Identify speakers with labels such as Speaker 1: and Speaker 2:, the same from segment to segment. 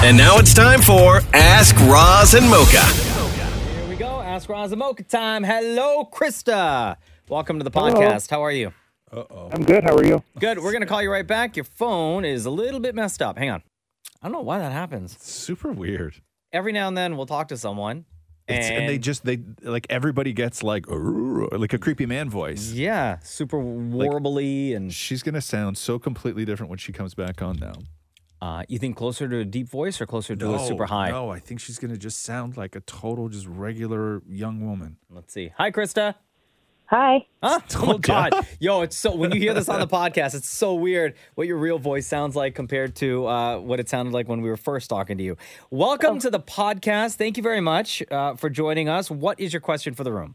Speaker 1: And now it's time for Ask Roz and Mocha.
Speaker 2: Here we go. Ask Roz and Mocha time. Hello, Krista. Welcome to the podcast. How are you?
Speaker 3: I'm good. How are you?
Speaker 2: Good. We're going to call you right back. Your phone is a little bit messed up. Hang on. I don't know why that happens.
Speaker 4: Super weird.
Speaker 2: Every now and then we'll talk to someone. And,
Speaker 4: It's, and, they just they like everybody gets like "Ooh," like a creepy man voice.
Speaker 2: yeah, super warbly. and
Speaker 4: She's gonna sound so completely different when she comes back on now.
Speaker 2: uh, you think closer to a deep voice or closer to a super high?
Speaker 4: Oh, No, I think she's gonna just sound like a total, just regular young woman.
Speaker 2: Let's see. Hi, Krista.
Speaker 5: Hi.
Speaker 2: Huh? Oh
Speaker 4: Told ya.
Speaker 2: God, yo! It's so when you hear this on the podcast, it's so weird what your real voice sounds like compared to uh, what it sounded like when we were first talking to you. Welcome to the podcast. Thank you very much uh, for joining us. What is your question for the room?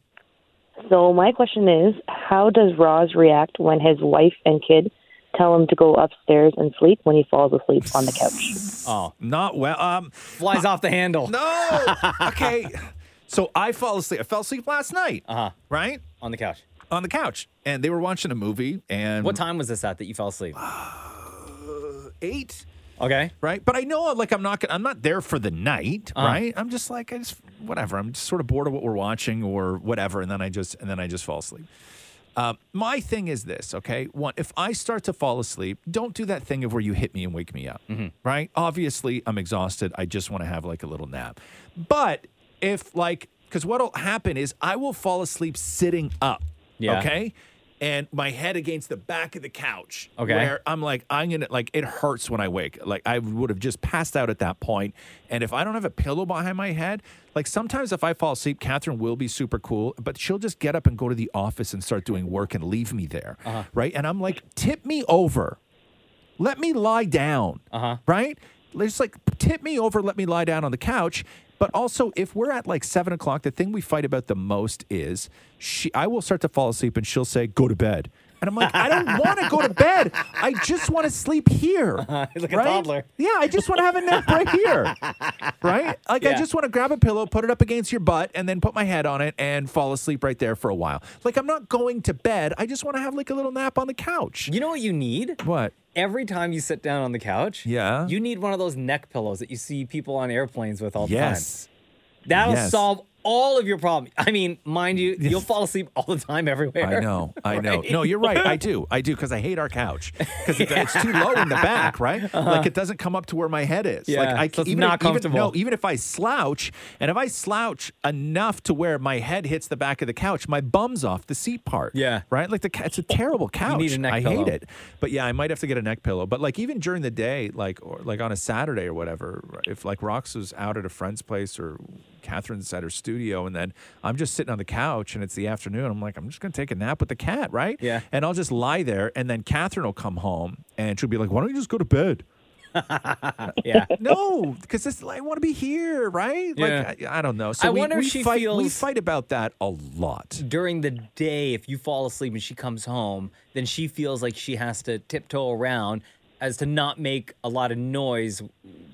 Speaker 5: So my question is, how does Roz react when his wife and kid tell him to go upstairs and sleep when he falls asleep on the couch?
Speaker 2: Oh,
Speaker 4: Not well. Um,
Speaker 2: flies off the handle
Speaker 4: no. okay. So I fall asleep. I fell asleep last night.
Speaker 2: Uh-huh.
Speaker 4: Uh huh. Right
Speaker 2: on the couch.
Speaker 4: on the couch, and they were watching a movie. And
Speaker 2: What time was this at that you fell asleep?
Speaker 4: Eight.
Speaker 2: Okay,
Speaker 4: right? But I know, like, I'm not, gonna- I'm not there for the night, right? I'm just like, I just whatever. I'm just sort of bored of what we're watching or whatever, and then I just, and then I just fall asleep. Uh, my thing is this, okay? One, if I start to fall asleep, don't do that thing of where you hit me and wake me up, right? Obviously, I'm exhausted. I just want to have like a little nap. But if like, because what'll happen is I will fall asleep sitting up,
Speaker 2: Yeah.
Speaker 4: okay? And my head against the back of the couch,
Speaker 2: Okay.
Speaker 4: where I'm like, I'm gonna like it hurts when I wake. Like I would have just passed out at that point. And if I don't have a pillow behind my head, like sometimes if I fall asleep, Catherine will be super cool, but she'll just get up and go to the office and start doing work and leave me there.
Speaker 2: Uh-huh.
Speaker 4: Right. And I'm like, tip me over. Let me lie down. Uh-huh. Right? Just like tip me over, let me lie down on the couch. But also, if we're at like seven o'clock, the thing we fight about the most is she. I will start to fall asleep, and she'll say, "Go to bed," and I'm like, "I don't want to go to bed. I just want to sleep here."
Speaker 2: like a toddler.
Speaker 4: Yeah, I just want to have a nap right here. Right? Like, I
Speaker 2: Yeah.
Speaker 4: just want to grab a pillow, put it up against your butt, and then put my head on it and fall asleep right there for a while. Like, I'm not going to bed. I just want to have like a little nap on the couch.
Speaker 2: you know what you need?
Speaker 4: What?
Speaker 2: Every time you sit down on the couch,
Speaker 4: Yeah.
Speaker 2: you need one of those neck pillows that you see people on airplanes with all the time.
Speaker 4: Yes.
Speaker 2: That'll
Speaker 4: Yes.
Speaker 2: solve all of your problems. I mean, mind you, you'll fall asleep all the time everywhere.
Speaker 4: I know, I know. No, you're right. I do, I do, because I hate our couch because it's too low in the back, right? Like it doesn't come up to where my head is. Like
Speaker 2: Uh-huh. Yeah,
Speaker 4: I
Speaker 2: so it's
Speaker 4: even,
Speaker 2: not
Speaker 4: even-
Speaker 2: comfortable.
Speaker 4: no, even if I slouch, and if I slouch enough to where my head hits the back of the couch, my bum's off the seat part.
Speaker 2: Yeah.
Speaker 4: right. Like the ca- it's a terrible couch.
Speaker 2: need a neck
Speaker 4: I
Speaker 2: pillow.
Speaker 4: hate it. But yeah, I might have to get a neck pillow. But like even during the day, like or like on a Saturday or whatever, if like Rox was out at a friend's place or Catherine's at her studio, and then I'm just sitting on the couch and it's the afternoon, I'm like, I'm just gonna take a nap with the cat, right?
Speaker 2: Yeah.
Speaker 4: And I'll just lie there, and then Catherine will come home and she'll be like, Why don't you just go to bed?
Speaker 2: Yeah.
Speaker 4: no, because this I want to be here, right?
Speaker 2: Yeah.
Speaker 4: Like I, I don't know. So
Speaker 2: I
Speaker 4: we,
Speaker 2: wonder if
Speaker 4: we
Speaker 2: she
Speaker 4: fight, we
Speaker 2: feels-
Speaker 4: fight about that a lot.
Speaker 2: During the day, if you fall asleep and she comes home, then she feels like she has to tiptoe around as to not make a lot of noise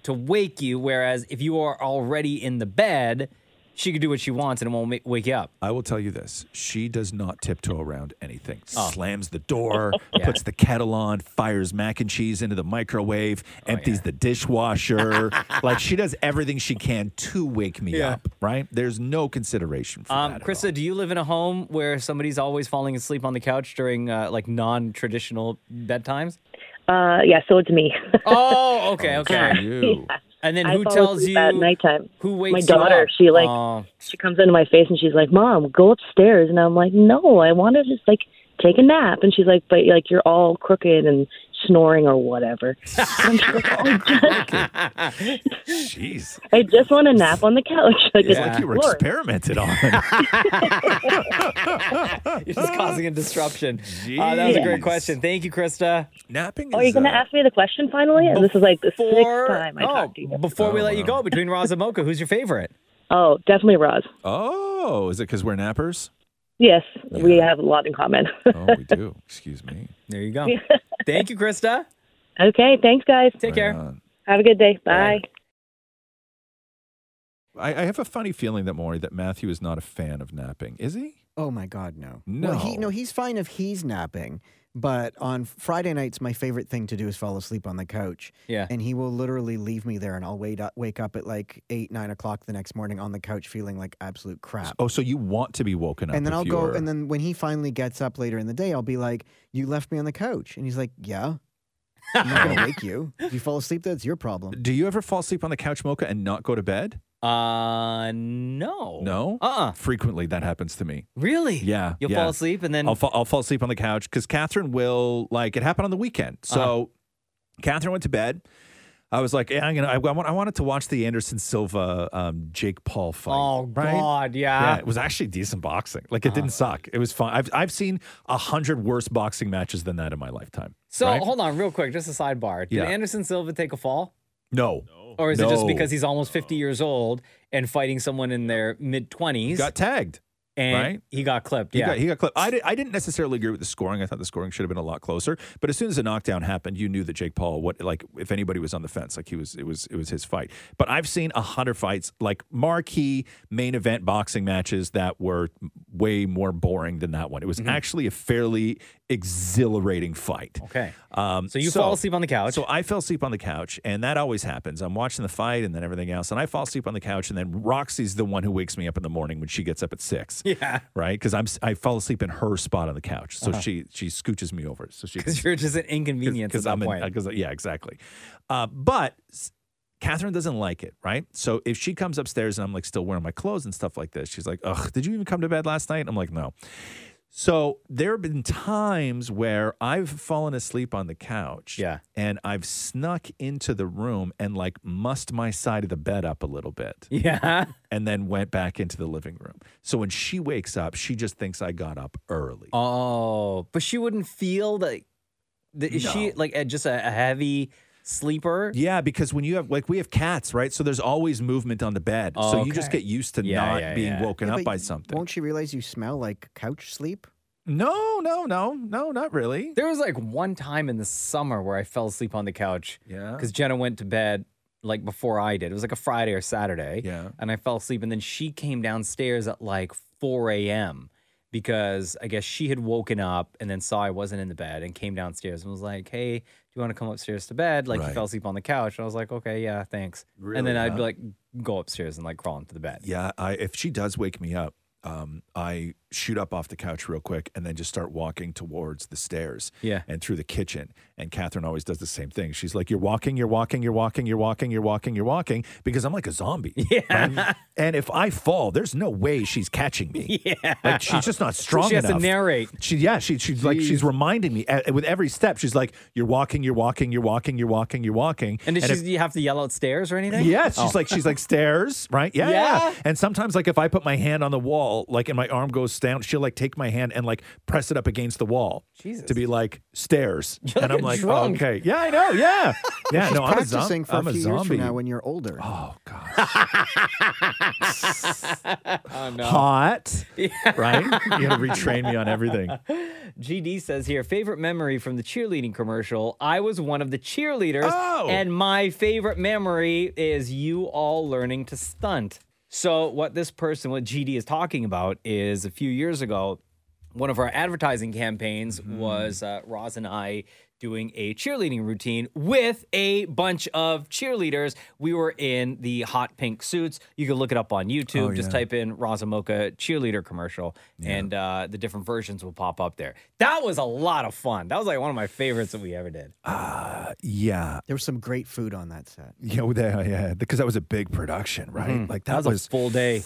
Speaker 2: to wake you. Whereas if you are already in the bed, she could do what she wants and it won't ma- wake you up.
Speaker 4: I will tell you this: she does not tiptoe around anything.
Speaker 2: Oh.
Speaker 4: Slams the door, puts the kettle on, fires mac and cheese into the microwave,
Speaker 2: Oh,
Speaker 4: empties the dishwasher. like she does everything she can to wake me
Speaker 2: Yeah.
Speaker 4: up. Right? There's no consideration for
Speaker 2: Um,
Speaker 4: that. at
Speaker 2: Krista, do you live in a home where somebody's always falling asleep on the couch during uh, like non traditional bedtimes?
Speaker 5: Uh, yeah, so it's me.
Speaker 2: Oh, okay,
Speaker 4: all.
Speaker 2: okay.
Speaker 4: For you.
Speaker 2: And then
Speaker 5: I
Speaker 2: who
Speaker 5: fall
Speaker 2: tells
Speaker 5: asleep
Speaker 2: you
Speaker 5: at nighttime?
Speaker 2: Who wakes
Speaker 5: My
Speaker 2: you
Speaker 5: daughter,
Speaker 2: up?
Speaker 5: she, like-
Speaker 2: Oh,
Speaker 5: She comes into my face and she's like, "Mom, go upstairs," and I'm like, "No, I want to just like take a nap." And she's like, "But like you're all crooked and snoring or whatever." And I'm just like, "I just-
Speaker 4: Jeez,
Speaker 5: I just, want to nap on the couch. Like,
Speaker 4: it's
Speaker 5: it's
Speaker 2: Uh,
Speaker 4: like you were
Speaker 5: Lord.
Speaker 4: experimented
Speaker 2: Oh,
Speaker 4: on.
Speaker 2: you're just causing a disruption. Uh, that was a great
Speaker 4: Jeez.
Speaker 2: question. Thank you, Krista.
Speaker 4: Napping.
Speaker 5: Oh,
Speaker 4: is,
Speaker 5: you're gonna
Speaker 4: uh,
Speaker 5: ask me the question finally? And this is like the
Speaker 2: Before-
Speaker 5: sixth time I
Speaker 2: oh,
Speaker 5: talk to you.
Speaker 2: before we let you go, between Roz and Mocha, who's your favorite?
Speaker 5: Oh, definitely Roz.
Speaker 4: Oh, is it because we're nappers?
Speaker 5: Yes, we have a lot in common.
Speaker 4: Oh, we do. Excuse me.
Speaker 2: There you go. Thank you, Krista.
Speaker 5: okay, thanks, guys.
Speaker 2: Take care.
Speaker 4: Right on.
Speaker 5: Have a good day. Bye.
Speaker 4: I, I have a funny feeling that Maury that Matthew is not a fan of napping. Is he?
Speaker 6: Oh my God, no.
Speaker 4: No.
Speaker 6: Well, he, no, he's fine if he's napping, But on Friday nights, my favorite thing to do is fall asleep on the couch.
Speaker 2: Yeah.
Speaker 6: And he will literally leave me there, and I'll wait up, wake up at like eight, nine o'clock the next morning on the couch feeling like absolute crap.
Speaker 4: Oh, so you want to be woken up?
Speaker 6: and then
Speaker 4: if
Speaker 6: I'll go,
Speaker 4: you're-
Speaker 6: and then when he finally gets up later in the day, I'll be like, "You left me on the couch," and he's like, "Yeah." I'm not gonna wake you. If you fall asleep, that's your problem.
Speaker 4: Do you ever fall asleep on the couch, Mocha, and not go to bed?
Speaker 2: Uh, no.
Speaker 4: No.
Speaker 2: Uh-uh.
Speaker 4: Frequently, that happens to me.
Speaker 2: Really?
Speaker 4: Yeah,
Speaker 2: You'll
Speaker 4: yeah.
Speaker 2: fall asleep and then
Speaker 4: I'll fall, I'll fall asleep on the couch because Catherine will like it happened on the weekend.
Speaker 2: Uh-huh.
Speaker 4: So Catherine went to bed. I was like, yeah, I'm gonna. I, I want. I wanted to watch the Anderson Silva, um, Jake Paul fight.
Speaker 2: Oh
Speaker 4: right?
Speaker 2: God, Uh-huh.
Speaker 4: Yeah,
Speaker 2: yeah.
Speaker 4: it was actually decent boxing. Like it didn't suck. It was fun. I've I've seen a hundred worse boxing matches than that in my lifetime.
Speaker 2: So
Speaker 4: right?
Speaker 2: hold on, real quick, just a sidebar. Did
Speaker 4: Yeah.
Speaker 2: Anderson Silva take a fall,
Speaker 4: no,
Speaker 2: or is it just
Speaker 4: No.
Speaker 2: because he's almost fifty years old and fighting someone in their mid
Speaker 4: he
Speaker 2: twenties,
Speaker 4: got tagged.
Speaker 2: and
Speaker 4: right?
Speaker 2: he got clipped?
Speaker 4: He
Speaker 2: yeah,
Speaker 4: got he got clipped. I, did, I didn't necessarily agree with the scoring. I thought the scoring should have been a lot closer. But as soon as the knockdown happened, you knew that Jake Paul, what like if anybody was on the fence, like he was it was it was his fight. But I've seen a hundred fights, like marquee main event boxing matches that were way more boring than that one. It was
Speaker 2: Mm-hmm.
Speaker 4: actually a fairly exhilarating fight.
Speaker 2: okay.
Speaker 4: Um,
Speaker 2: So you fall asleep on the couch.
Speaker 4: So I fell asleep on the couch, and that always happens. I'm watching the fight and then everything else, and I fall asleep on the couch, and then Roxy's the one who wakes me up in the morning when she gets up at six.
Speaker 2: Yeah.
Speaker 4: right. Because I'm s- I fall asleep in her spot on the couch, so she she scooches me over, so she
Speaker 2: because Uh-huh. you're just an inconvenience at that
Speaker 4: I'm in-
Speaker 2: point.
Speaker 4: 'cause- yeah, exactly. Uh, but s- Catherine doesn't like it, right? So if she comes upstairs and I'm like still wearing my clothes and stuff like this, she's like, "Ugh, did you even come to bed last night?" I'm like, "No." So there have been times where I've fallen asleep on the couch,
Speaker 2: Yeah.
Speaker 4: and I've snuck into the room and like mussed my side of the bed up a little bit,
Speaker 2: yeah.
Speaker 4: and then went back into the living room. So when she wakes up, she just thinks I got up early.
Speaker 2: Oh, but she wouldn't feel that. that is she like a, just a, a heavy sleeper?
Speaker 4: Yeah, because when you have like we have cats, right? So there's always movement on the bed. so you just
Speaker 2: Okay.
Speaker 4: get used to
Speaker 2: Yeah,
Speaker 4: not
Speaker 2: yeah,
Speaker 4: being
Speaker 2: yeah.
Speaker 4: woken
Speaker 6: Yeah,
Speaker 4: up
Speaker 6: but
Speaker 4: by something.
Speaker 6: Won't you realize you smell like couch sleep?
Speaker 4: No, no, no, no, not really.
Speaker 2: There was like one time in the summer where I fell asleep on the couch.
Speaker 4: Yeah.
Speaker 2: Because Jenna went to bed like before I did. It was like a Friday or Saturday.
Speaker 4: Yeah.
Speaker 2: And I fell asleep. And then she came downstairs at like 4 a.m. because I guess she had woken up and then saw I wasn't in the bed and came downstairs and was like, hey, do you want to come upstairs to bed? Like,
Speaker 4: Right.
Speaker 2: you fell asleep on the couch. And I was like, okay, yeah, thanks. and then
Speaker 4: Really,
Speaker 2: I'd
Speaker 4: huh?
Speaker 2: like go upstairs and like crawl into the bed.
Speaker 4: Yeah, I if she does wake me up, um, I shoot up off the couch real quick and then just start walking towards the stairs.
Speaker 2: Yeah.
Speaker 4: And through the kitchen. And Catherine always does the same thing. She's like, You're walking, you're walking, you're walking, you're walking, you're walking, you're walking, because I'm like a zombie. Yeah. And if I fall, there's no way she's catching me. Yeah. Like she's just not strong
Speaker 2: she has to
Speaker 4: enough.
Speaker 2: narrate.
Speaker 4: She yeah, she she's like she's reminding me uh, with every step. She's like, "You're walking, you're walking, you're walking, you're walking, you're walking."
Speaker 2: And did she,
Speaker 4: if-
Speaker 2: do you have to yell upstairs or anything?
Speaker 4: Yes, she's like she's like stairs, right? Yeah, yeah.
Speaker 2: Oh. Yeah.
Speaker 4: And sometimes like if I put my hand on the wall, like and my arm goes down, she'll like take my hand and like press it up against the wall
Speaker 2: Jesus.
Speaker 4: to be like stairs.
Speaker 2: You're
Speaker 4: and
Speaker 2: like
Speaker 4: I'm
Speaker 2: a
Speaker 4: like,
Speaker 2: drunk.
Speaker 4: okay, yeah, I know, yeah, yeah. no, I'm a, zom-
Speaker 6: Practicing for
Speaker 4: I'm
Speaker 6: a
Speaker 4: a
Speaker 6: few years
Speaker 4: zombie.
Speaker 6: from now when you're older.
Speaker 4: oh god. Hot, right? You gotta retrain me on everything.
Speaker 2: GD says here, favorite memory from the cheerleading commercial. I was one of the cheerleaders,
Speaker 4: Oh.
Speaker 2: and my favorite memory is you all learning to stunt. So, what this person, what GD is talking about, is a few years ago, one of our advertising campaigns was uh, Roz and I doing a cheerleading routine with a bunch of cheerleaders. We were in the hot pink suits. You can look it up on YouTube. Just type in Roz and Mocha cheerleader commercial, and uh, the different versions will pop up there. That was a lot of fun. That was like one of my favorites that we ever did.
Speaker 4: Yeah,
Speaker 6: There was some great food on that set.
Speaker 4: yeah, well, yeah, yeah. Because that was a big production, right? Like that,
Speaker 2: Mm-hmm. That was,
Speaker 4: was
Speaker 2: a full day.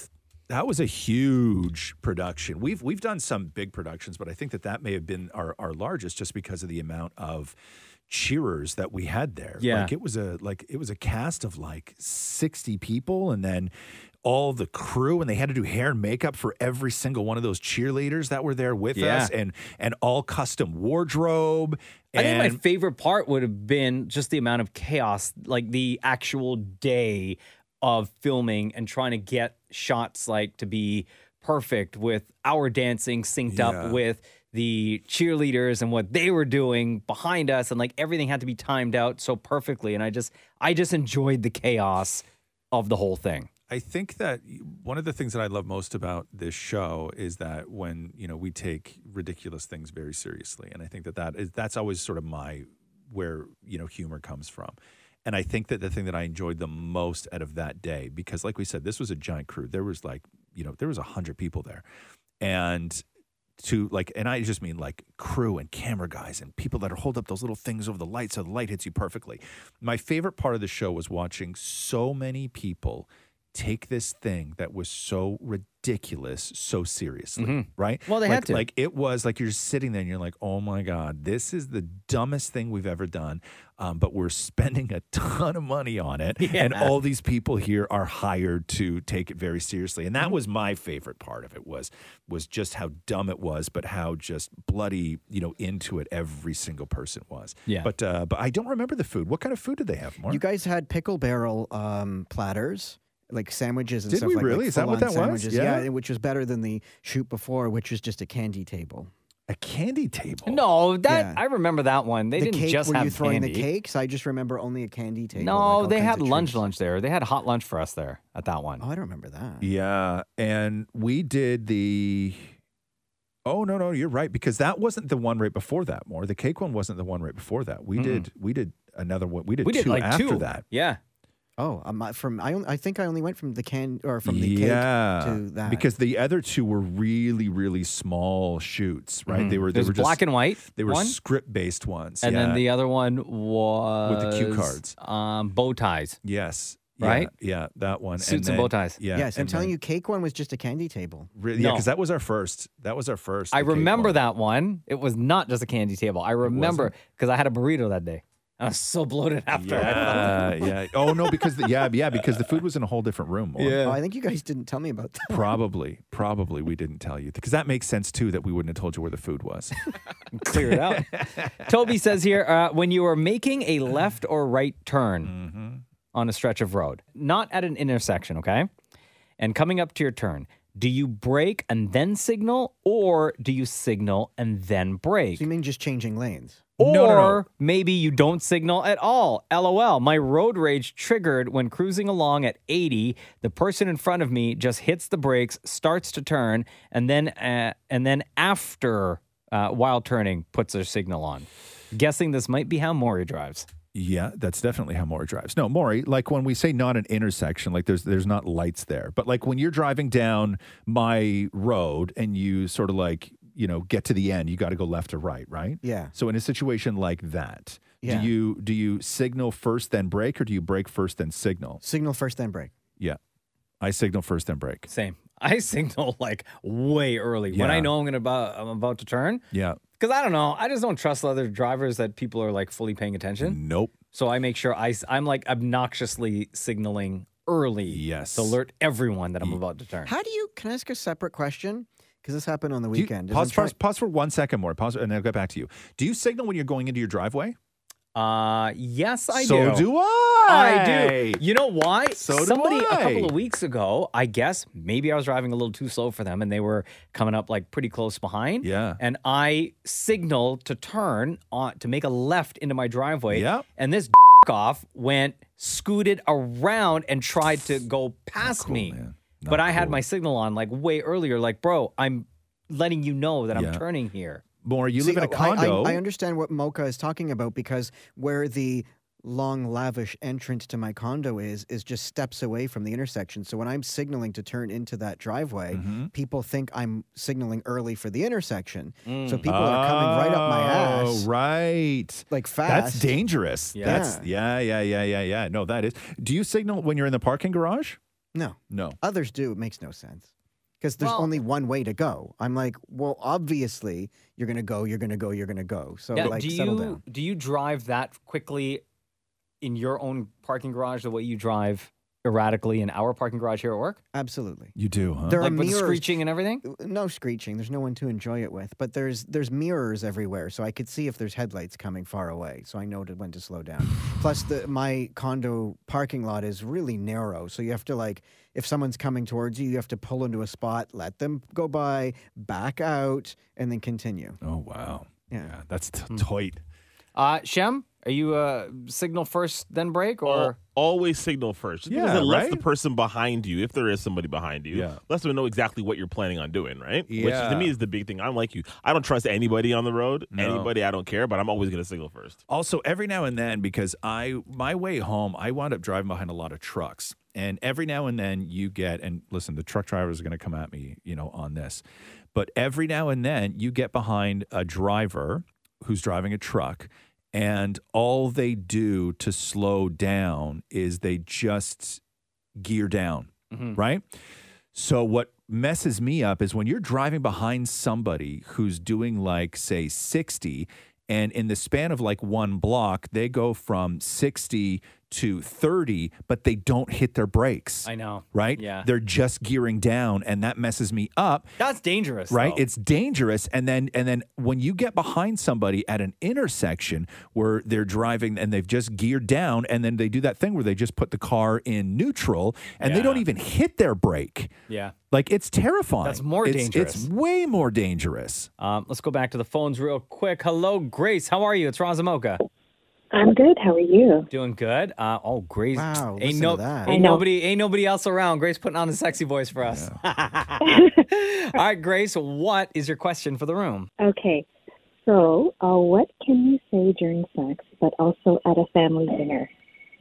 Speaker 4: That was a huge production. We've we've done some big productions, but I think that that may have been our our largest just because of the amount of cheerers that we had there.
Speaker 2: Yeah.
Speaker 4: Like it was a like it was a cast of like 60 people and then all the crew and they had to do hair and makeup for every single one of those cheerleaders that were there with
Speaker 2: Yeah.
Speaker 4: us and and all custom wardrobe
Speaker 2: I
Speaker 4: and
Speaker 2: think my favorite part would have been just the amount of chaos, like the actual day of filming and trying to get shots like to be perfect with our dancing synced
Speaker 4: Yeah.
Speaker 2: up with the cheerleaders and what they were doing behind us and like everything had to be timed out so perfectly and I just I just enjoyed the chaos of the whole thing.
Speaker 4: I think that one of the things that I love most about this show is that when you know we take ridiculous things very seriously, and I think that that is that's always sort of my where you know humor comes from. And I think that the thing that I enjoyed the most out of that day, because like we said, this was a giant crew. There was like you know there was a hundred people there, and to like, and I just mean like crew and camera guys and people that are hold up those little things over the light so the light hits you perfectly. My favorite part of the show was watching so many people take this thing that was so ridiculous so seriously, right?
Speaker 2: Mm-hmm. Well, they
Speaker 4: like,
Speaker 2: had to.
Speaker 4: Like it was like you're sitting there and you're like, oh my god, this is the dumbest thing we've ever done, um, but we're spending a ton of money on it, and all these people here are hired to take it very seriously, and that
Speaker 2: Mm-hmm.
Speaker 4: was my favorite part of it was was just how dumb it was, but how just bloody you know into it every single person was.
Speaker 2: Yeah.
Speaker 4: But uh, but I don't remember the food. What kind of food did they have, Mark?
Speaker 6: You guys had pickle barrel um, platters, like sandwiches and
Speaker 4: Did
Speaker 6: stuff
Speaker 4: we
Speaker 6: like
Speaker 4: really?
Speaker 6: Like
Speaker 4: Is that what
Speaker 6: full-on
Speaker 4: that was?
Speaker 6: sandwiches.
Speaker 4: Yeah.
Speaker 6: which was better than the shoot before, which was just a candy table.
Speaker 4: a candy table.
Speaker 2: No, that
Speaker 6: Oh, Yeah.
Speaker 2: I remember that one. They
Speaker 6: the
Speaker 2: didn't
Speaker 6: cake,
Speaker 2: just
Speaker 6: were
Speaker 2: have
Speaker 6: you throwing
Speaker 2: candy.
Speaker 6: the cakes? I just remember only a candy table. like
Speaker 2: No,
Speaker 6: all
Speaker 2: they
Speaker 6: kinds
Speaker 2: had
Speaker 6: of
Speaker 2: lunch,
Speaker 6: treats.
Speaker 2: lunch there. They had hot lunch for us there at that one.
Speaker 6: Oh, I don't remember that.
Speaker 4: Yeah, and we did the. Oh no no, you're right because that wasn't the one right before that. More the cake one wasn't the one right before that. We did we did another one. We did
Speaker 2: we
Speaker 4: two
Speaker 2: did like
Speaker 4: after
Speaker 2: two.
Speaker 4: that.
Speaker 2: Yeah.
Speaker 6: Oh, um, I- from I, on- I think I only went from the can or from the
Speaker 4: yeah,
Speaker 6: cake to that
Speaker 4: because the other two were really really small shoots. Right, they were they
Speaker 2: Mm-hmm. There's
Speaker 4: were just
Speaker 2: black and white.
Speaker 4: They were
Speaker 2: one,
Speaker 4: script based ones.
Speaker 2: and
Speaker 4: yeah.
Speaker 2: then the other one was
Speaker 4: the cue cards.
Speaker 2: um, bow ties.
Speaker 4: yes.
Speaker 2: Right?
Speaker 4: Yeah, yeah, that one.
Speaker 2: Suits
Speaker 4: then-
Speaker 2: and bow ties.
Speaker 4: Yeah.
Speaker 6: yes, I'm
Speaker 4: and
Speaker 6: telling
Speaker 4: then-
Speaker 6: you, cake one was just a candy table.
Speaker 4: Re- yeah,
Speaker 2: No.
Speaker 4: because that was our first. That was our first.
Speaker 2: I
Speaker 4: the cake
Speaker 2: remember
Speaker 4: one.
Speaker 2: that one. It was not just a candy table. I remember because I had a burrito that day. I was so bloated after.
Speaker 4: Yeah, yeah. Oh no, because the, yeah, yeah, because the food was in a whole different room. Lauren.
Speaker 6: Oh, I think you guys didn't tell me about that.
Speaker 4: Probably, probably we didn't tell you because that makes sense too that we wouldn't have told you where the food was.
Speaker 2: clear it out. Toby says here uh, when you are making a left or right turn
Speaker 4: Mm-hmm.
Speaker 2: on a stretch of road, not at an intersection, okay? And coming up to your turn, do you brake and then signal, or do you signal and then brake?
Speaker 6: So you mean just changing lanes?
Speaker 2: Or
Speaker 4: no, no.
Speaker 2: maybe you don't signal at all. LOL. My road rage triggered when cruising along at 80. The person in front of me just hits the brakes, starts to turn, and then uh, and then after uh, while turning puts their signal on. Guessing this might be how Maury drives.
Speaker 4: yeah, that's definitely how Maury drives. No, Maury, like when we say not an intersection, like there's there's not lights there, but like when you're driving down my road and you sort of like you know get to the end, you got to go left or right, right?
Speaker 6: Yeah.
Speaker 4: So in a situation like that,
Speaker 6: Yeah.
Speaker 4: do you do you signal first then brake, or do you brake first then signal?
Speaker 6: Signal first, then brake.
Speaker 4: Yeah, I signal first then brake.
Speaker 2: Same. I signal like way early when
Speaker 4: Yeah.
Speaker 2: I know I'm gonna about I'm about to turn.
Speaker 4: Yeah.
Speaker 2: Because I don't know. I just don't trust other drivers that people are like fully paying attention.
Speaker 4: Nope.
Speaker 2: So I make sure I, am like obnoxiously signaling early
Speaker 4: Yes.
Speaker 2: to alert everyone that I'm about to turn.
Speaker 6: How do you? Can I ask a separate question? Because this happened on the
Speaker 4: Do you-
Speaker 6: weekend. as
Speaker 4: pause,
Speaker 6: I'm trying-
Speaker 4: pause, pause for one second more. Pause, and I'll get back to you. Do you signal when you're going into your driveway?
Speaker 2: Uh, yes, I
Speaker 4: so
Speaker 2: do.
Speaker 4: do I.
Speaker 2: I do. You know why?
Speaker 4: So do
Speaker 2: Somebody a couple
Speaker 4: I.
Speaker 2: of weeks ago, I guess maybe I was driving a little too slow for them, and they were coming up like pretty close behind.
Speaker 4: Yeah.
Speaker 2: And I signaled to turn on to make a left into my driveway.
Speaker 4: Yep.
Speaker 2: And this off went scooted around and tried to go past me.
Speaker 4: man.
Speaker 2: But I had my signal on like way earlier. Like, bro, I'm letting you know that
Speaker 4: Yeah.
Speaker 2: I'm turning here.
Speaker 4: More, you live in a
Speaker 6: oh, I- I-
Speaker 4: condo.
Speaker 6: I, understand what Mocha is talking about because where the long, lavish entrance to my condo is, is just steps away from the intersection. So when I'm signaling to turn into that driveway,
Speaker 4: Mm-hmm.
Speaker 6: people think I'm signaling early for the intersection. So people are coming right up my
Speaker 4: Mm. Oh,
Speaker 6: ass,
Speaker 4: right.
Speaker 6: like fast.
Speaker 4: That's dangerous.
Speaker 2: Yeah.
Speaker 4: That's yeah, yeah, yeah, yeah, yeah. No, that is. Do you signal when you're in the parking garage?
Speaker 6: no,
Speaker 4: No.
Speaker 6: others do. It makes no sense. Because there's
Speaker 2: Well-
Speaker 6: only one way to go. I'm like, well, obviously you're gonna go, you're gonna go, you're gonna go. So
Speaker 2: Yeah,
Speaker 6: like,
Speaker 2: do
Speaker 6: settle
Speaker 2: you
Speaker 6: down.
Speaker 2: do you drive that quickly in your own parking garage the way you drive erratically in our parking garage here at work?
Speaker 6: Absolutely.
Speaker 4: You do, huh?
Speaker 6: There are
Speaker 2: Like with
Speaker 6: mirrors.
Speaker 2: screeching and everything?
Speaker 6: no screeching. There's no one to enjoy it with, but there's there's mirrors everywhere, so I could see if there's headlights coming far away, so I know to, when to slow down. Plus, the my condo parking lot is really narrow, so you have to like if someone's coming towards you, you have to pull into a spot, let them go by, back out, and then continue.
Speaker 4: oh wow.
Speaker 6: Yeah.
Speaker 4: that's t- tight.
Speaker 2: Uh Shem,
Speaker 7: Are you uh, signal first, then break, or
Speaker 8: Always signal first. Just because
Speaker 4: Yeah,
Speaker 8: it lets
Speaker 4: right?
Speaker 8: the person behind you, if there is somebody behind you,
Speaker 4: Yeah.
Speaker 8: lets them know exactly what you're planning on doing, right? Which
Speaker 4: Yeah.
Speaker 8: to me is the big thing. I'm like you. I don't trust anybody on the road.
Speaker 4: No.
Speaker 8: Anybody, I don't care, but I'm always going to signal first.
Speaker 4: Also, every now and then, because I my way home, I wound up driving behind a lot of trucks, and every now and then you get and listen, the truck drivers are going to come at me, you know, on this, but every now and then you get behind a driver who's driving a truck, and all they do to slow down is they just gear down,
Speaker 2: Mm-hmm.
Speaker 4: right? So what messes me up is when you're driving behind somebody who's doing like say 60 and in the span of like one block they go from 60 to 30 but they don't hit their brakes.
Speaker 2: I know.
Speaker 4: Right?
Speaker 2: Yeah.
Speaker 4: They're just gearing down and that messes me up
Speaker 2: That's dangerous.
Speaker 4: right
Speaker 2: though.
Speaker 4: it's dangerous and then and then when you get behind somebody at an intersection where they're driving and they've just geared down and then they do that thing where they just put the car in neutral and they don't even hit their brake
Speaker 2: yeah.
Speaker 4: like it's terrifying
Speaker 7: That's more
Speaker 4: It's-
Speaker 7: dangerous.
Speaker 4: it's way more dangerous
Speaker 2: Um, let's go back to the phones real quick. Hello, Grace. How are you? It's Razamoka.
Speaker 9: I'm good. How are you?
Speaker 2: Doing good. Uh, oh, Grace.
Speaker 6: Wow,
Speaker 2: ain't
Speaker 6: listen
Speaker 2: no,
Speaker 6: to that.
Speaker 2: ain't
Speaker 9: I know.
Speaker 2: nobody, ain't nobody else around. Grace putting on a sexy voice for us. All right, Grace. What is your question for the room?
Speaker 9: Okay. So, uh, what can you say during sex, but also at a family dinner?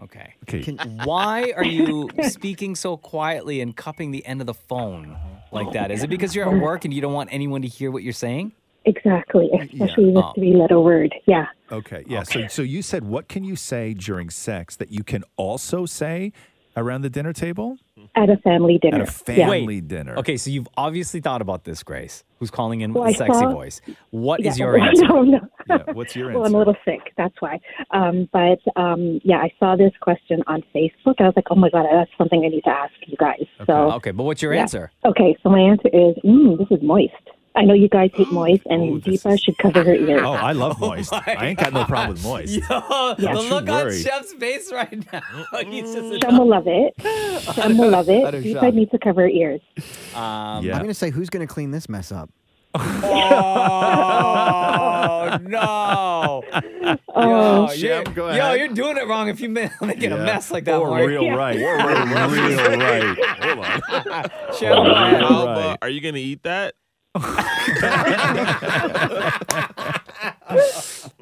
Speaker 2: Okay.
Speaker 4: okay
Speaker 2: Why are you speaking so quietly and cupping the end of the phone like that? Is it because you're at work and you don't want anyone to hear what you're saying?
Speaker 9: Exactly, especially with
Speaker 2: Oh.
Speaker 9: three-letter word. Yeah.
Speaker 4: okay yeah so so you said what can you say during sex that you can also say around the dinner table
Speaker 9: At a family
Speaker 4: at
Speaker 9: dinner.
Speaker 4: a family dinner
Speaker 2: Okay, so you've obviously thought about this, Grace, who's calling in
Speaker 9: Well,
Speaker 2: with a
Speaker 9: I
Speaker 2: sexy
Speaker 9: saw-
Speaker 2: voice. What is
Speaker 9: yeah.
Speaker 2: your answer?
Speaker 9: No, no.
Speaker 4: yeah what's your answer
Speaker 9: Well, I'm a little sick. That's why. Um, but um, yeah, I saw this question on Facebook. I was like, oh my god, that's something I need to ask you guys. So
Speaker 2: Okay, but what's your
Speaker 9: Yeah.
Speaker 2: answer?
Speaker 9: okay, so my answer is, mm, this is moist. I know you guys hate moist, and
Speaker 4: Oh, this
Speaker 9: Deepa
Speaker 4: is-
Speaker 9: should cover her ears.
Speaker 4: Oh, I love moist. I ain't got no problem with moist.
Speaker 2: Yo,
Speaker 9: Yeah.
Speaker 2: the
Speaker 9: Don't you
Speaker 2: look on
Speaker 4: worry.
Speaker 2: Chef's face right now. He's just
Speaker 9: Some will love it. Some will love it.
Speaker 7: Let her
Speaker 9: Deepa
Speaker 7: shine.
Speaker 9: needs to cover her ears.
Speaker 2: um,
Speaker 4: Yeah.
Speaker 6: I'm gonna say who's gonna clean this mess up.
Speaker 2: Oh no!
Speaker 9: Oh,
Speaker 2: yo,
Speaker 4: Shem,
Speaker 2: you're,
Speaker 4: go
Speaker 2: yo,
Speaker 4: ahead.
Speaker 2: you're doing it wrong. If you ma- make it a
Speaker 4: Yeah.
Speaker 2: mess like that,
Speaker 4: Or
Speaker 2: Mark.
Speaker 4: real right. Or
Speaker 8: Real right. Hold on.
Speaker 2: Shem, go ahead.
Speaker 4: Wow.
Speaker 8: Alba,
Speaker 4: Right.
Speaker 8: are you going to eat that?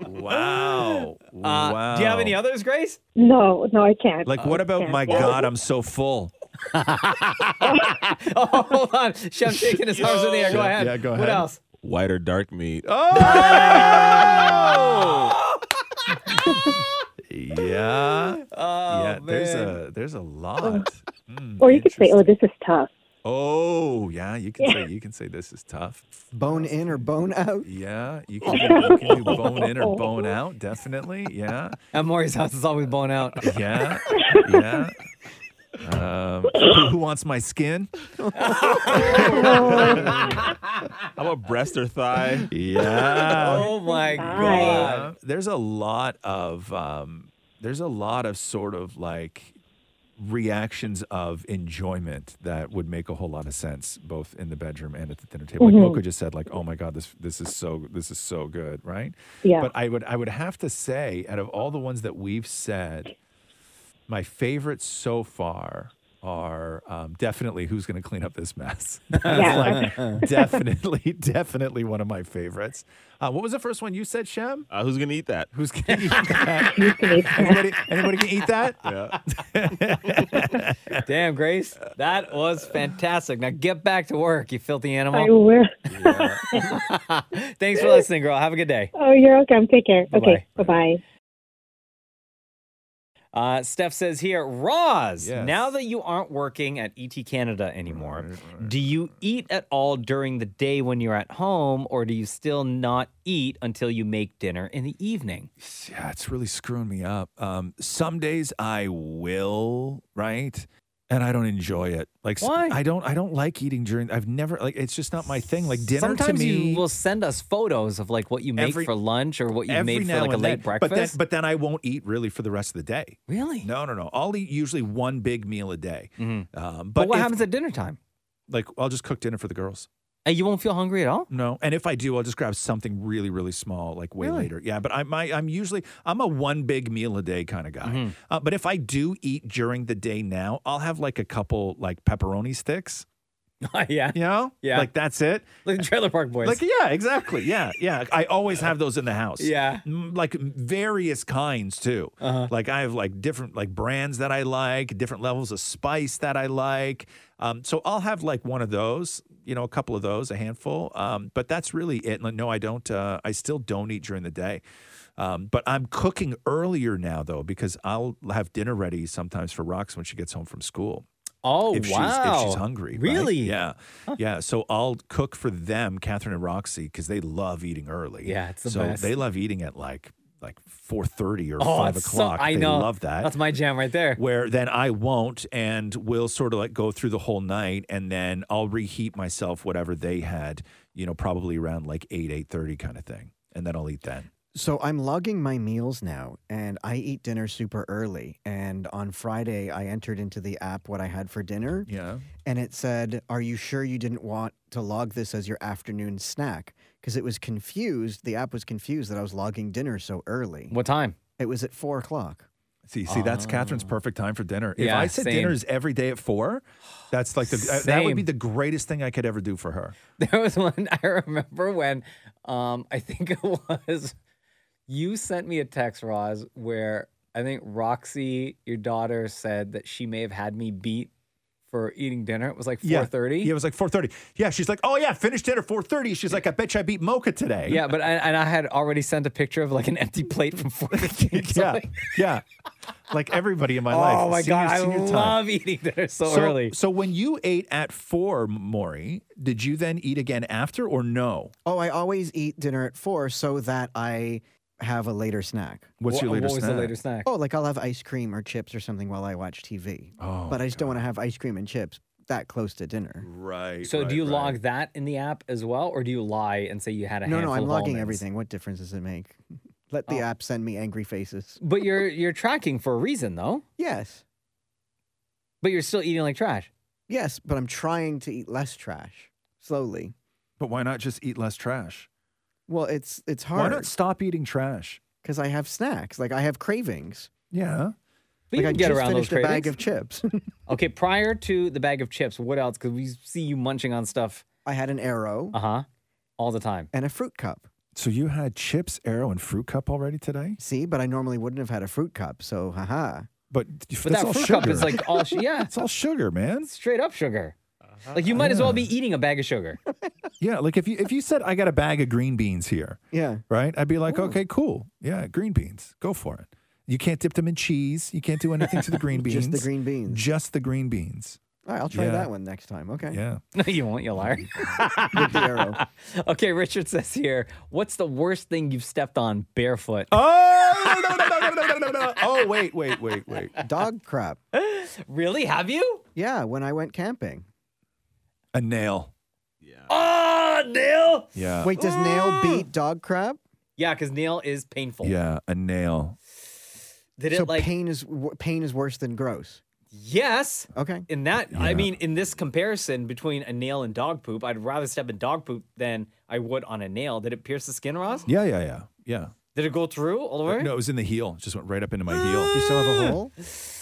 Speaker 4: Wow.
Speaker 2: Uh,
Speaker 4: wow.
Speaker 2: Do you have any others, Grace?
Speaker 9: no, no, I can't.
Speaker 4: Like, what about my God, I'm so full?
Speaker 2: Oh, hold on. Chef shaking his arms in the air. Go
Speaker 4: Chef,
Speaker 2: ahead.
Speaker 4: yeah, go
Speaker 2: What
Speaker 4: ahead.
Speaker 2: else?
Speaker 8: White or dark meat?
Speaker 4: Oh. Yeah.
Speaker 2: Oh,
Speaker 4: yeah. There's
Speaker 2: man.
Speaker 4: a there's a lot. Mm,
Speaker 9: Or you could say, oh,
Speaker 4: interesting.
Speaker 9: this is tough.
Speaker 4: Oh, yeah. You can say you can say this is tough.
Speaker 6: Bone in or bone out?
Speaker 4: Yeah. You can, do- you can do bone in or bone out, definitely. Yeah.
Speaker 2: At Maury's house, it's always blown out.
Speaker 4: Yeah. Yeah. Um, who, who wants my skin?
Speaker 8: I'm a breast or thigh.
Speaker 4: Yeah.
Speaker 2: Oh my
Speaker 9: Bye.
Speaker 2: god.
Speaker 4: Uh, there's a lot of um, there's a lot of sort of like reactions of enjoyment that would make a whole lot of sense both in the bedroom and at the dinner table. Like Mocha just said, like, oh my god, this this is so this is so good, right?
Speaker 9: Yeah.
Speaker 4: But I would I would have to say, out of all the ones that we've said, my favorites so far are um, definitely who's going to clean up this mess. That's like definitely, definitely one of my favorites. Uh, what was the first one you said, Shem?
Speaker 8: Uh, who's going to eat that?
Speaker 4: Who's going to eat that?
Speaker 9: You can eat that.
Speaker 4: anybody, anybody can eat that?
Speaker 8: Yeah.
Speaker 2: Damn, Grace. That was fantastic. Now get back to work, you filthy
Speaker 9: I
Speaker 2: animal.
Speaker 9: will.
Speaker 2: Thanks for listening, girl. Have a good day.
Speaker 9: Oh, you're welcome. Take care. Okay.
Speaker 2: Bye-bye.
Speaker 9: Bye bye.
Speaker 2: Uh, Steph says here, Roz,
Speaker 4: Yes.
Speaker 2: now that you aren't working at ET Canada anymore, do you eat at all during the day when you're at home, or do you still not eat until you make dinner in the evening?
Speaker 4: Yeah, it's really screwing me up. Um, some days I will, right? And I don't enjoy it. Like s-
Speaker 2: Why?
Speaker 4: I don't I don't like eating during I've never like it's just not my thing. Like dinner
Speaker 2: Sometimes
Speaker 4: to me
Speaker 2: you will send us photos of like what you make
Speaker 4: Every-
Speaker 2: for lunch or what you
Speaker 4: every
Speaker 2: made for
Speaker 4: now
Speaker 2: like a
Speaker 4: and
Speaker 2: late
Speaker 4: then. But then
Speaker 2: breakfast.
Speaker 4: but then I won't eat really for the rest of the day.
Speaker 2: really?
Speaker 4: No, no, no. I'll eat usually one big meal a day.
Speaker 2: Mhm.
Speaker 4: Um,
Speaker 2: But,
Speaker 4: but
Speaker 2: what
Speaker 4: if-
Speaker 2: happens at dinner time?
Speaker 4: Like I'll just cook dinner for the girls.
Speaker 2: And you won't feel hungry at all?
Speaker 4: No, and if I do, I'll just grab something really, really small, like way later. Yeah, but I'm I, I'm usually I'm a one big meal a day kind of guy. Uh, but if I do eat during the day now, I'll have like a couple like pepperoni sticks. Oh,
Speaker 2: yeah.
Speaker 4: You know,
Speaker 2: Yeah.
Speaker 4: like that's it.
Speaker 2: Like the Trailer Park Boys.
Speaker 4: Like yeah, exactly. Yeah, yeah. I always have those in the house.
Speaker 2: Yeah.
Speaker 4: M- like various kinds too. Like I have like different like brands that I like, different levels of spice that I like. Um, so I'll have like one of those, you know, a couple of those, a handful. Um, but that's really it. No, I don't. Uh, I still don't eat during the day. Um, but I'm cooking earlier now though because I'll have dinner ready sometimes for Rox when she gets home from school
Speaker 2: oh,
Speaker 4: if
Speaker 2: wow.
Speaker 4: she's if she's hungry. right?
Speaker 2: Really?
Speaker 4: Yeah. Yeah. So I'll cook for them, Catherine and Roxy, because they love eating early.
Speaker 2: Yeah, it's the
Speaker 4: so
Speaker 2: best.
Speaker 4: they love eating at like like four thirty or
Speaker 2: Oh,
Speaker 4: five
Speaker 2: it's so-
Speaker 4: o'clock.
Speaker 2: I
Speaker 4: they
Speaker 2: know.
Speaker 4: love that.
Speaker 2: That's my jam right there.
Speaker 4: where then I won't, and we'll sort of like go through the whole night, and then I'll reheat myself whatever they had, you know, probably around like eight eight thirty kind of thing, and then I'll eat then.
Speaker 6: So I'm logging my meals now, and I eat dinner super early. And on Friday, I entered into the app what I had for dinner,
Speaker 4: Yeah,
Speaker 6: and it said, "Are you sure you didn't want to log this as your afternoon snack?" Because it was confused. The app was confused that I was logging dinner so early.
Speaker 2: What time?
Speaker 6: It was at four o'clock.
Speaker 4: see, see, that's Catherine's perfect time for dinner. if
Speaker 2: Ah. Yeah,
Speaker 4: I said
Speaker 2: same.
Speaker 4: dinner is every day at four, that's like the uh, that would
Speaker 2: Same.
Speaker 4: be the greatest thing I could ever do for her.
Speaker 2: There was one I remember when um, I think it was you sent me a text, Roz, where I think Roxy, your daughter, said that she may have had me beat for eating dinner. It was like
Speaker 4: Yeah.
Speaker 2: four thirty.
Speaker 4: Yeah, it was like 4:30. Yeah, she's like, "Oh yeah, finished dinner 4:30." She's like, "I bet you I beat Mocha today."
Speaker 2: Yeah, but I, and I had already sent a picture of like an empty plate from Fourth of July.
Speaker 4: yeah, yeah. Like everybody in my life.
Speaker 2: Oh my
Speaker 4: Senior-
Speaker 2: god, I
Speaker 4: senior time.
Speaker 2: love eating dinner so,
Speaker 4: so,
Speaker 2: early.
Speaker 4: So when you ate at four, Maury, did you then eat again after or no?
Speaker 6: Oh, I always eat dinner at four so that I have a later snack.
Speaker 4: What's
Speaker 2: Wha-
Speaker 4: your later
Speaker 2: what was
Speaker 4: snack?
Speaker 2: the later snack?
Speaker 6: Oh, like I'll have ice cream or chips or something while I watch TV.
Speaker 4: Oh,
Speaker 6: but I just don't want to have ice cream and chips that close to dinner.
Speaker 4: Right.
Speaker 2: so
Speaker 4: right,
Speaker 2: do you
Speaker 4: right.
Speaker 2: log that in the app as well, or do you lie and say you had a
Speaker 6: No, no,
Speaker 2: handful
Speaker 6: I'm
Speaker 2: of
Speaker 6: logging
Speaker 2: almonds?
Speaker 6: everything. What difference does it make? Let the
Speaker 2: Oh.
Speaker 6: app send me angry faces.
Speaker 2: But you're you're tracking for a reason though.
Speaker 6: Yes.
Speaker 2: But you're still eating like trash.
Speaker 6: Yes, but I'm trying to eat less trash slowly.
Speaker 4: But why not just eat less trash?
Speaker 6: Well, it's it's
Speaker 4: Why
Speaker 6: hard
Speaker 4: not stop eating trash?
Speaker 6: because I have snacks. Like I have cravings.
Speaker 4: Yeah.
Speaker 2: But you
Speaker 6: like I
Speaker 2: can get
Speaker 6: just
Speaker 2: around those
Speaker 6: finished a bag
Speaker 2: cravings.
Speaker 6: of chips.
Speaker 2: okay, prior to the bag of chips, what else? Because we see you munching on stuff.
Speaker 6: I had an arrow
Speaker 2: Uh huh. All the time.
Speaker 6: and a fruit cup.
Speaker 4: So you had chips, arrow, and fruit cup already today?
Speaker 6: See, but I normally wouldn't have had a fruit cup. So, haha.
Speaker 4: But,
Speaker 2: But
Speaker 4: that's
Speaker 2: that
Speaker 4: all
Speaker 2: fruit
Speaker 4: sugar.
Speaker 2: cup is like all. Sh- yeah,
Speaker 4: it's all sugar, man.
Speaker 2: straight up sugar.
Speaker 4: Uh-huh.
Speaker 2: Like you might as well be eating a bag of sugar.
Speaker 4: Yeah, like if you if you said I got a bag of green beans here,
Speaker 6: Yeah.
Speaker 4: right? I'd be like, okay, cool. Yeah, green beans. Go for it. You can't dip them in cheese. You can't do anything to the green beans.
Speaker 6: Just the green beans.
Speaker 4: Just the green beans.
Speaker 6: All right, I'll try
Speaker 4: Yeah.
Speaker 6: that one next time. Okay.
Speaker 4: Yeah.
Speaker 2: No, you won't, you liar.
Speaker 6: With the arrow.
Speaker 2: okay, Richard says here, what's the worst thing you've stepped on barefoot?
Speaker 4: Oh no, no, no, no, no, no, no, no. Oh wait, wait, wait, wait.
Speaker 6: Dog crap.
Speaker 2: Really? Have you?
Speaker 6: Yeah, when I went camping.
Speaker 4: A nail.
Speaker 2: Oh, Neil.
Speaker 4: Yeah.
Speaker 6: Wait, does nail beat dog crap?
Speaker 2: Yeah, because Neil is painful.
Speaker 4: Yeah, a nail.
Speaker 2: Did it
Speaker 6: so
Speaker 2: like
Speaker 6: pain is w- pain is worse than gross.
Speaker 2: yes?
Speaker 6: Okay.
Speaker 2: In that, I
Speaker 4: Yeah.
Speaker 2: mean, in this comparison between a nail and dog poop, I'd rather step in dog poop than I would on a nail. Did it pierce the skin, Ross?
Speaker 4: Yeah, yeah, yeah. Yeah.
Speaker 2: Did it go through all the way?
Speaker 4: Uh, No, it was in the heel. Just went right up into my heel.
Speaker 6: Do you still have a hole?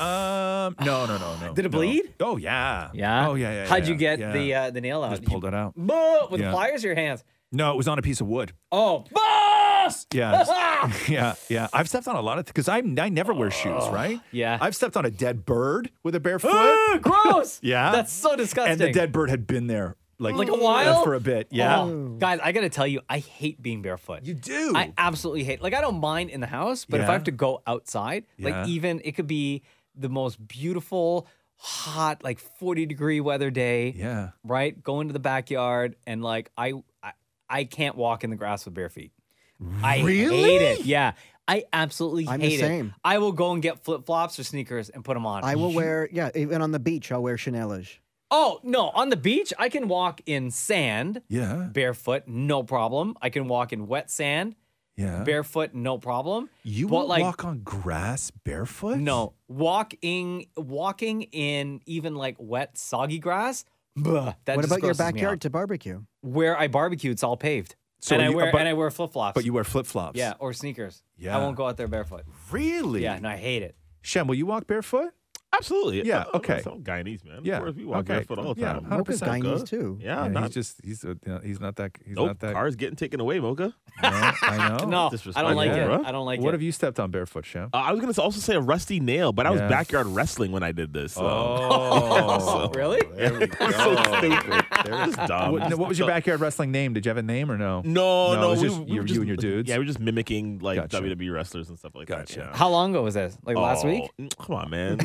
Speaker 4: Um, no, no, no, no.
Speaker 2: Did it
Speaker 4: no.
Speaker 2: bleed?
Speaker 4: Oh yeah.
Speaker 2: Yeah.
Speaker 4: Oh yeah, yeah.
Speaker 2: How'd
Speaker 4: yeah,
Speaker 2: you get
Speaker 4: yeah.
Speaker 2: the uh, the nail out?
Speaker 4: Just pulled it out.
Speaker 2: Boo! With
Speaker 4: Yeah.
Speaker 2: pliers, or your hands.
Speaker 4: No, it was on a piece of wood.
Speaker 2: Oh, boss!
Speaker 4: Yeah, yeah, yeah. I've stepped on a lot of because I I never wear shoes, right?
Speaker 2: yeah.
Speaker 4: I've stepped on a dead bird with a bare
Speaker 2: Ugh,
Speaker 4: foot.
Speaker 2: gross.
Speaker 4: Yeah.
Speaker 2: That's so disgusting.
Speaker 4: and the dead bird had been there like
Speaker 2: Like a while?
Speaker 4: for a bit. Yeah,
Speaker 2: Oh, guys, I gotta tell you, I hate being barefoot.
Speaker 4: you do.
Speaker 2: I absolutely hate. Like I don't mind in the house, but if I
Speaker 4: Yeah.
Speaker 2: have to go outside,
Speaker 4: Yeah.
Speaker 2: like even it could be the most beautiful, hot, like 40 degree weather day,
Speaker 4: yeah,
Speaker 2: right? Go into the backyard and like I, I I can't walk in the grass with bare feet. I hate it. Yeah. I absolutely
Speaker 6: I'm the
Speaker 2: hate it.
Speaker 6: same.
Speaker 2: I will go and get flip flops or sneakers and put them on.
Speaker 6: I will wear yeah, even on the beach I'll wear chanelage.
Speaker 2: oh no! On the beach, I can walk in sand
Speaker 4: yeah,
Speaker 2: barefoot, no problem. I can walk in wet sand
Speaker 4: yeah.
Speaker 2: barefoot, no problem.
Speaker 4: you
Speaker 2: but,
Speaker 4: won't
Speaker 2: like-
Speaker 4: walk on grass barefoot?
Speaker 2: No, walking walking in even like wet, soggy grass, Bleh, that
Speaker 6: what
Speaker 2: just
Speaker 6: about your
Speaker 2: grosses me out.
Speaker 6: backyard to barbecue?
Speaker 2: Where I barbecue, it's all paved.
Speaker 4: So
Speaker 2: and I
Speaker 4: you-
Speaker 2: wear
Speaker 4: but-
Speaker 2: and I wear flip flops.
Speaker 4: But you wear flip flops.
Speaker 2: yeah, or sneakers.
Speaker 4: Yeah.
Speaker 2: I won't go out there barefoot.
Speaker 4: Really?
Speaker 2: Yeah, and I hate it.
Speaker 4: Shem, will you walk barefoot?
Speaker 8: Absolutely.
Speaker 4: Yeah,
Speaker 8: Uh, uh,
Speaker 4: okay.
Speaker 8: so I'm Guyanese, man.
Speaker 4: Yeah,
Speaker 8: Of course, we walk
Speaker 4: okay,
Speaker 8: barefoot all
Speaker 4: cool.
Speaker 8: the
Speaker 4: Yeah,
Speaker 8: time.
Speaker 4: Mocha's
Speaker 8: 100%
Speaker 6: Guyanese
Speaker 8: good.
Speaker 6: too.
Speaker 8: Yeah,
Speaker 4: Yeah,
Speaker 8: not,
Speaker 4: he's just he's uh, you know, he's not that he's
Speaker 8: nope.
Speaker 4: not that.
Speaker 8: Car's getting taken away, Mocha.
Speaker 4: No, I know.
Speaker 2: No, I
Speaker 8: disrespectful,
Speaker 2: don't like
Speaker 4: bruh.
Speaker 2: it. I don't like
Speaker 4: what
Speaker 2: it.
Speaker 4: have you stepped on barefoot, Shem?
Speaker 8: Uh, I was gonna also say a rusty nail, but I was
Speaker 4: Yeah.
Speaker 8: backyard wrestling when I did this. So.
Speaker 4: Oh,
Speaker 2: really?
Speaker 4: There we go.
Speaker 8: so stupid. Just dumb.
Speaker 4: What, no, what was your
Speaker 8: Um, So-
Speaker 4: backyard wrestling name? Did you have a name or no?
Speaker 8: No,
Speaker 4: No,
Speaker 8: no,
Speaker 4: it was
Speaker 8: we,
Speaker 4: just
Speaker 8: we
Speaker 4: you-
Speaker 8: were
Speaker 4: you
Speaker 8: just-
Speaker 4: and your dudes?
Speaker 8: Yeah, we were just mimicking like
Speaker 4: Gotcha.
Speaker 8: WWE wrestlers and stuff like
Speaker 4: Gotcha.
Speaker 8: that. yeah.
Speaker 2: How long ago was this? Like last
Speaker 8: Oh,
Speaker 2: week?
Speaker 8: mm, Come on, man.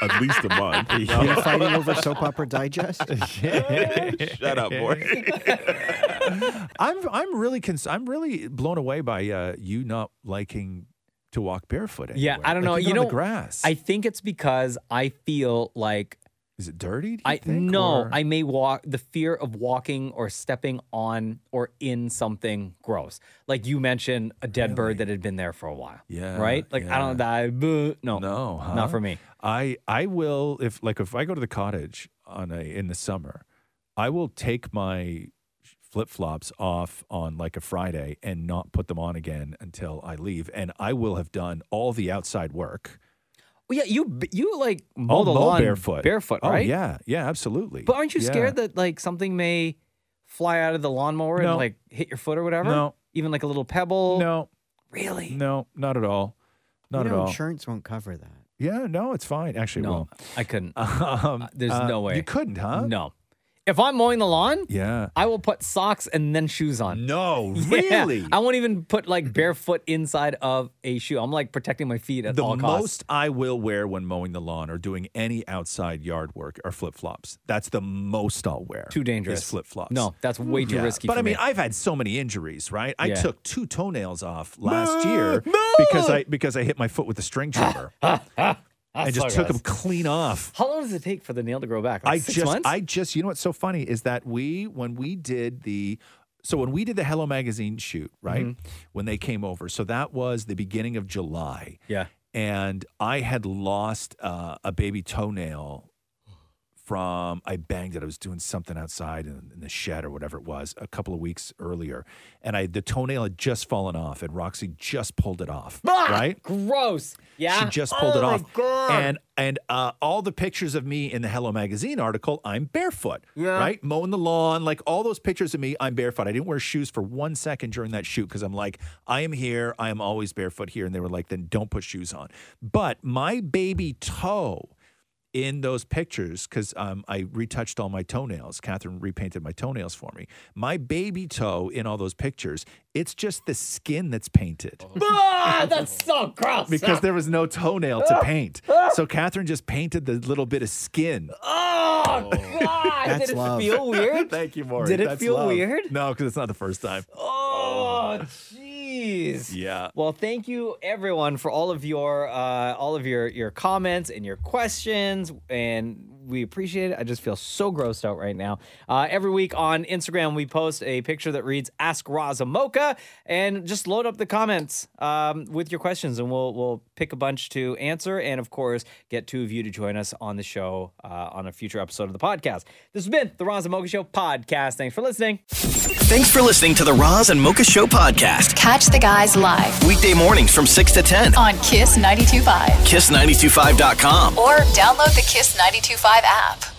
Speaker 8: At least a month.
Speaker 6: Were you fighting over soap opera digest?
Speaker 8: Shut up, boy.
Speaker 4: I'm I'm really cons- I'm really blown away by uh, you not liking to walk barefoot.
Speaker 2: Yeah,
Speaker 4: anywhere.
Speaker 2: I don't
Speaker 4: Like,
Speaker 2: know.
Speaker 4: even
Speaker 2: you
Speaker 4: on
Speaker 2: know,
Speaker 4: the grass.
Speaker 2: I think it's because I feel like
Speaker 4: Is it dirty? do you
Speaker 2: I
Speaker 4: think,
Speaker 2: no,
Speaker 4: or-
Speaker 2: I may walk the fear of walking or stepping on or in something gross. Like you mentioned a dead bird that had been there for a while.
Speaker 4: Yeah,
Speaker 2: Right? Like I don't die. Boo. No.
Speaker 4: No, huh?
Speaker 2: Not for me.
Speaker 4: I I will if like if I go to the cottage on a in the summer, I will take my flip flops off on like a Friday and not put them on again until I leave, and I will have done all the outside work.
Speaker 2: Well, yeah, you you like mow
Speaker 4: I'll
Speaker 2: the
Speaker 4: Oh, mow
Speaker 2: lawn
Speaker 4: barefoot,
Speaker 2: barefoot,
Speaker 4: Oh,
Speaker 2: right?
Speaker 4: yeah, yeah, absolutely.
Speaker 2: But aren't you
Speaker 4: Yeah.
Speaker 2: scared that like something may fly out of the lawnmower
Speaker 4: No.
Speaker 2: and like hit your foot or whatever?
Speaker 4: No.
Speaker 2: Even like a little pebble.
Speaker 4: No,
Speaker 2: Really?
Speaker 4: no, not at all, not
Speaker 6: you
Speaker 4: at
Speaker 6: know,
Speaker 4: all.
Speaker 6: insurance won't cover that.
Speaker 4: Yeah, no, it's fine. Actually,
Speaker 2: No,
Speaker 4: well,
Speaker 2: I couldn't.
Speaker 4: um,
Speaker 2: There's no way.
Speaker 4: you couldn't, huh?
Speaker 2: No. If I'm mowing the lawn,
Speaker 4: Yeah.
Speaker 2: I will put socks and then shoes on.
Speaker 4: No,
Speaker 2: Yeah, I won't even put like barefoot inside of a shoe. I'm like protecting my feet at
Speaker 4: the
Speaker 2: all costs.
Speaker 4: most I will wear when mowing the lawn or doing any outside yard work are flip flops. That's the most I'll wear.
Speaker 2: Too dangerous.
Speaker 4: Is flip flops.
Speaker 2: No, that's way too
Speaker 4: Yeah.
Speaker 2: risky.
Speaker 4: But
Speaker 2: for
Speaker 4: I mean,
Speaker 2: me.
Speaker 4: I've had so many injuries, right? I
Speaker 2: Yeah.
Speaker 4: took two toenails off last year because I because I hit my foot with a string trimmer. I just took them clean off.
Speaker 2: How long does it take for the nail to grow back? Like
Speaker 4: I
Speaker 2: six
Speaker 4: just
Speaker 2: months?
Speaker 4: I just you know what's so funny is that we when we did the so when we did the Hello Magazine shoot, right?
Speaker 2: Mm-hmm.
Speaker 4: When they came over. So that was the beginning of July
Speaker 2: yeah.
Speaker 4: and I had lost uh, a baby toenail from I banged it. I was doing something outside in, in the shed or whatever it was a couple of weeks earlier, and I the toenail had just fallen off, and Roxy just pulled it off. Right?
Speaker 2: Gross. Yeah. Oh
Speaker 4: She just pulled it off, and and uh, all the pictures of me in the Hello Magazine article, I'm barefoot, right, mowing the lawn, like all those pictures of me, I'm barefoot. I didn't wear shoes for one second during that shoot because I'm like, I am here, I am always barefoot here, and they were like, then don't put shoes on. But my baby toe in those pictures because um, I retouched all my toenails. Catherine repainted my toenails for me. My baby toe in all those pictures, it's just the skin that's painted
Speaker 2: Ah, that's so gross.
Speaker 4: because there was no toenail to paint. So Catherine just painted the little bit of skin.
Speaker 2: oh, God.
Speaker 6: That's
Speaker 2: Did it
Speaker 6: love.
Speaker 2: feel weird?
Speaker 4: Thank you, Maury.
Speaker 2: Did it feel weird?
Speaker 4: No, because it's not the first time.
Speaker 2: Oh, jeez.
Speaker 4: Yeah.
Speaker 2: Well, thank you everyone for all of your uh, all of your your comments and your questions, and we appreciate it. I just feel so grossed out right now. Uh, every week on Instagram, we post a picture that reads "Ask Raza Mocha," and just load up the comments um, with your questions, and we'll we'll pick a bunch to answer, and of course, get two of you to join us on the show uh, on a future episode of the podcast. This has been the Raza Mocha Show podcast. Thanks for listening.
Speaker 1: Thanks for listening to the Roz and Mocha Show podcast.
Speaker 10: Catch the guys live
Speaker 1: Weekday mornings from 6 to 10 on
Speaker 10: on Kiss 92.5
Speaker 1: kiss925.com.
Speaker 10: or download the Kiss 92.5 app.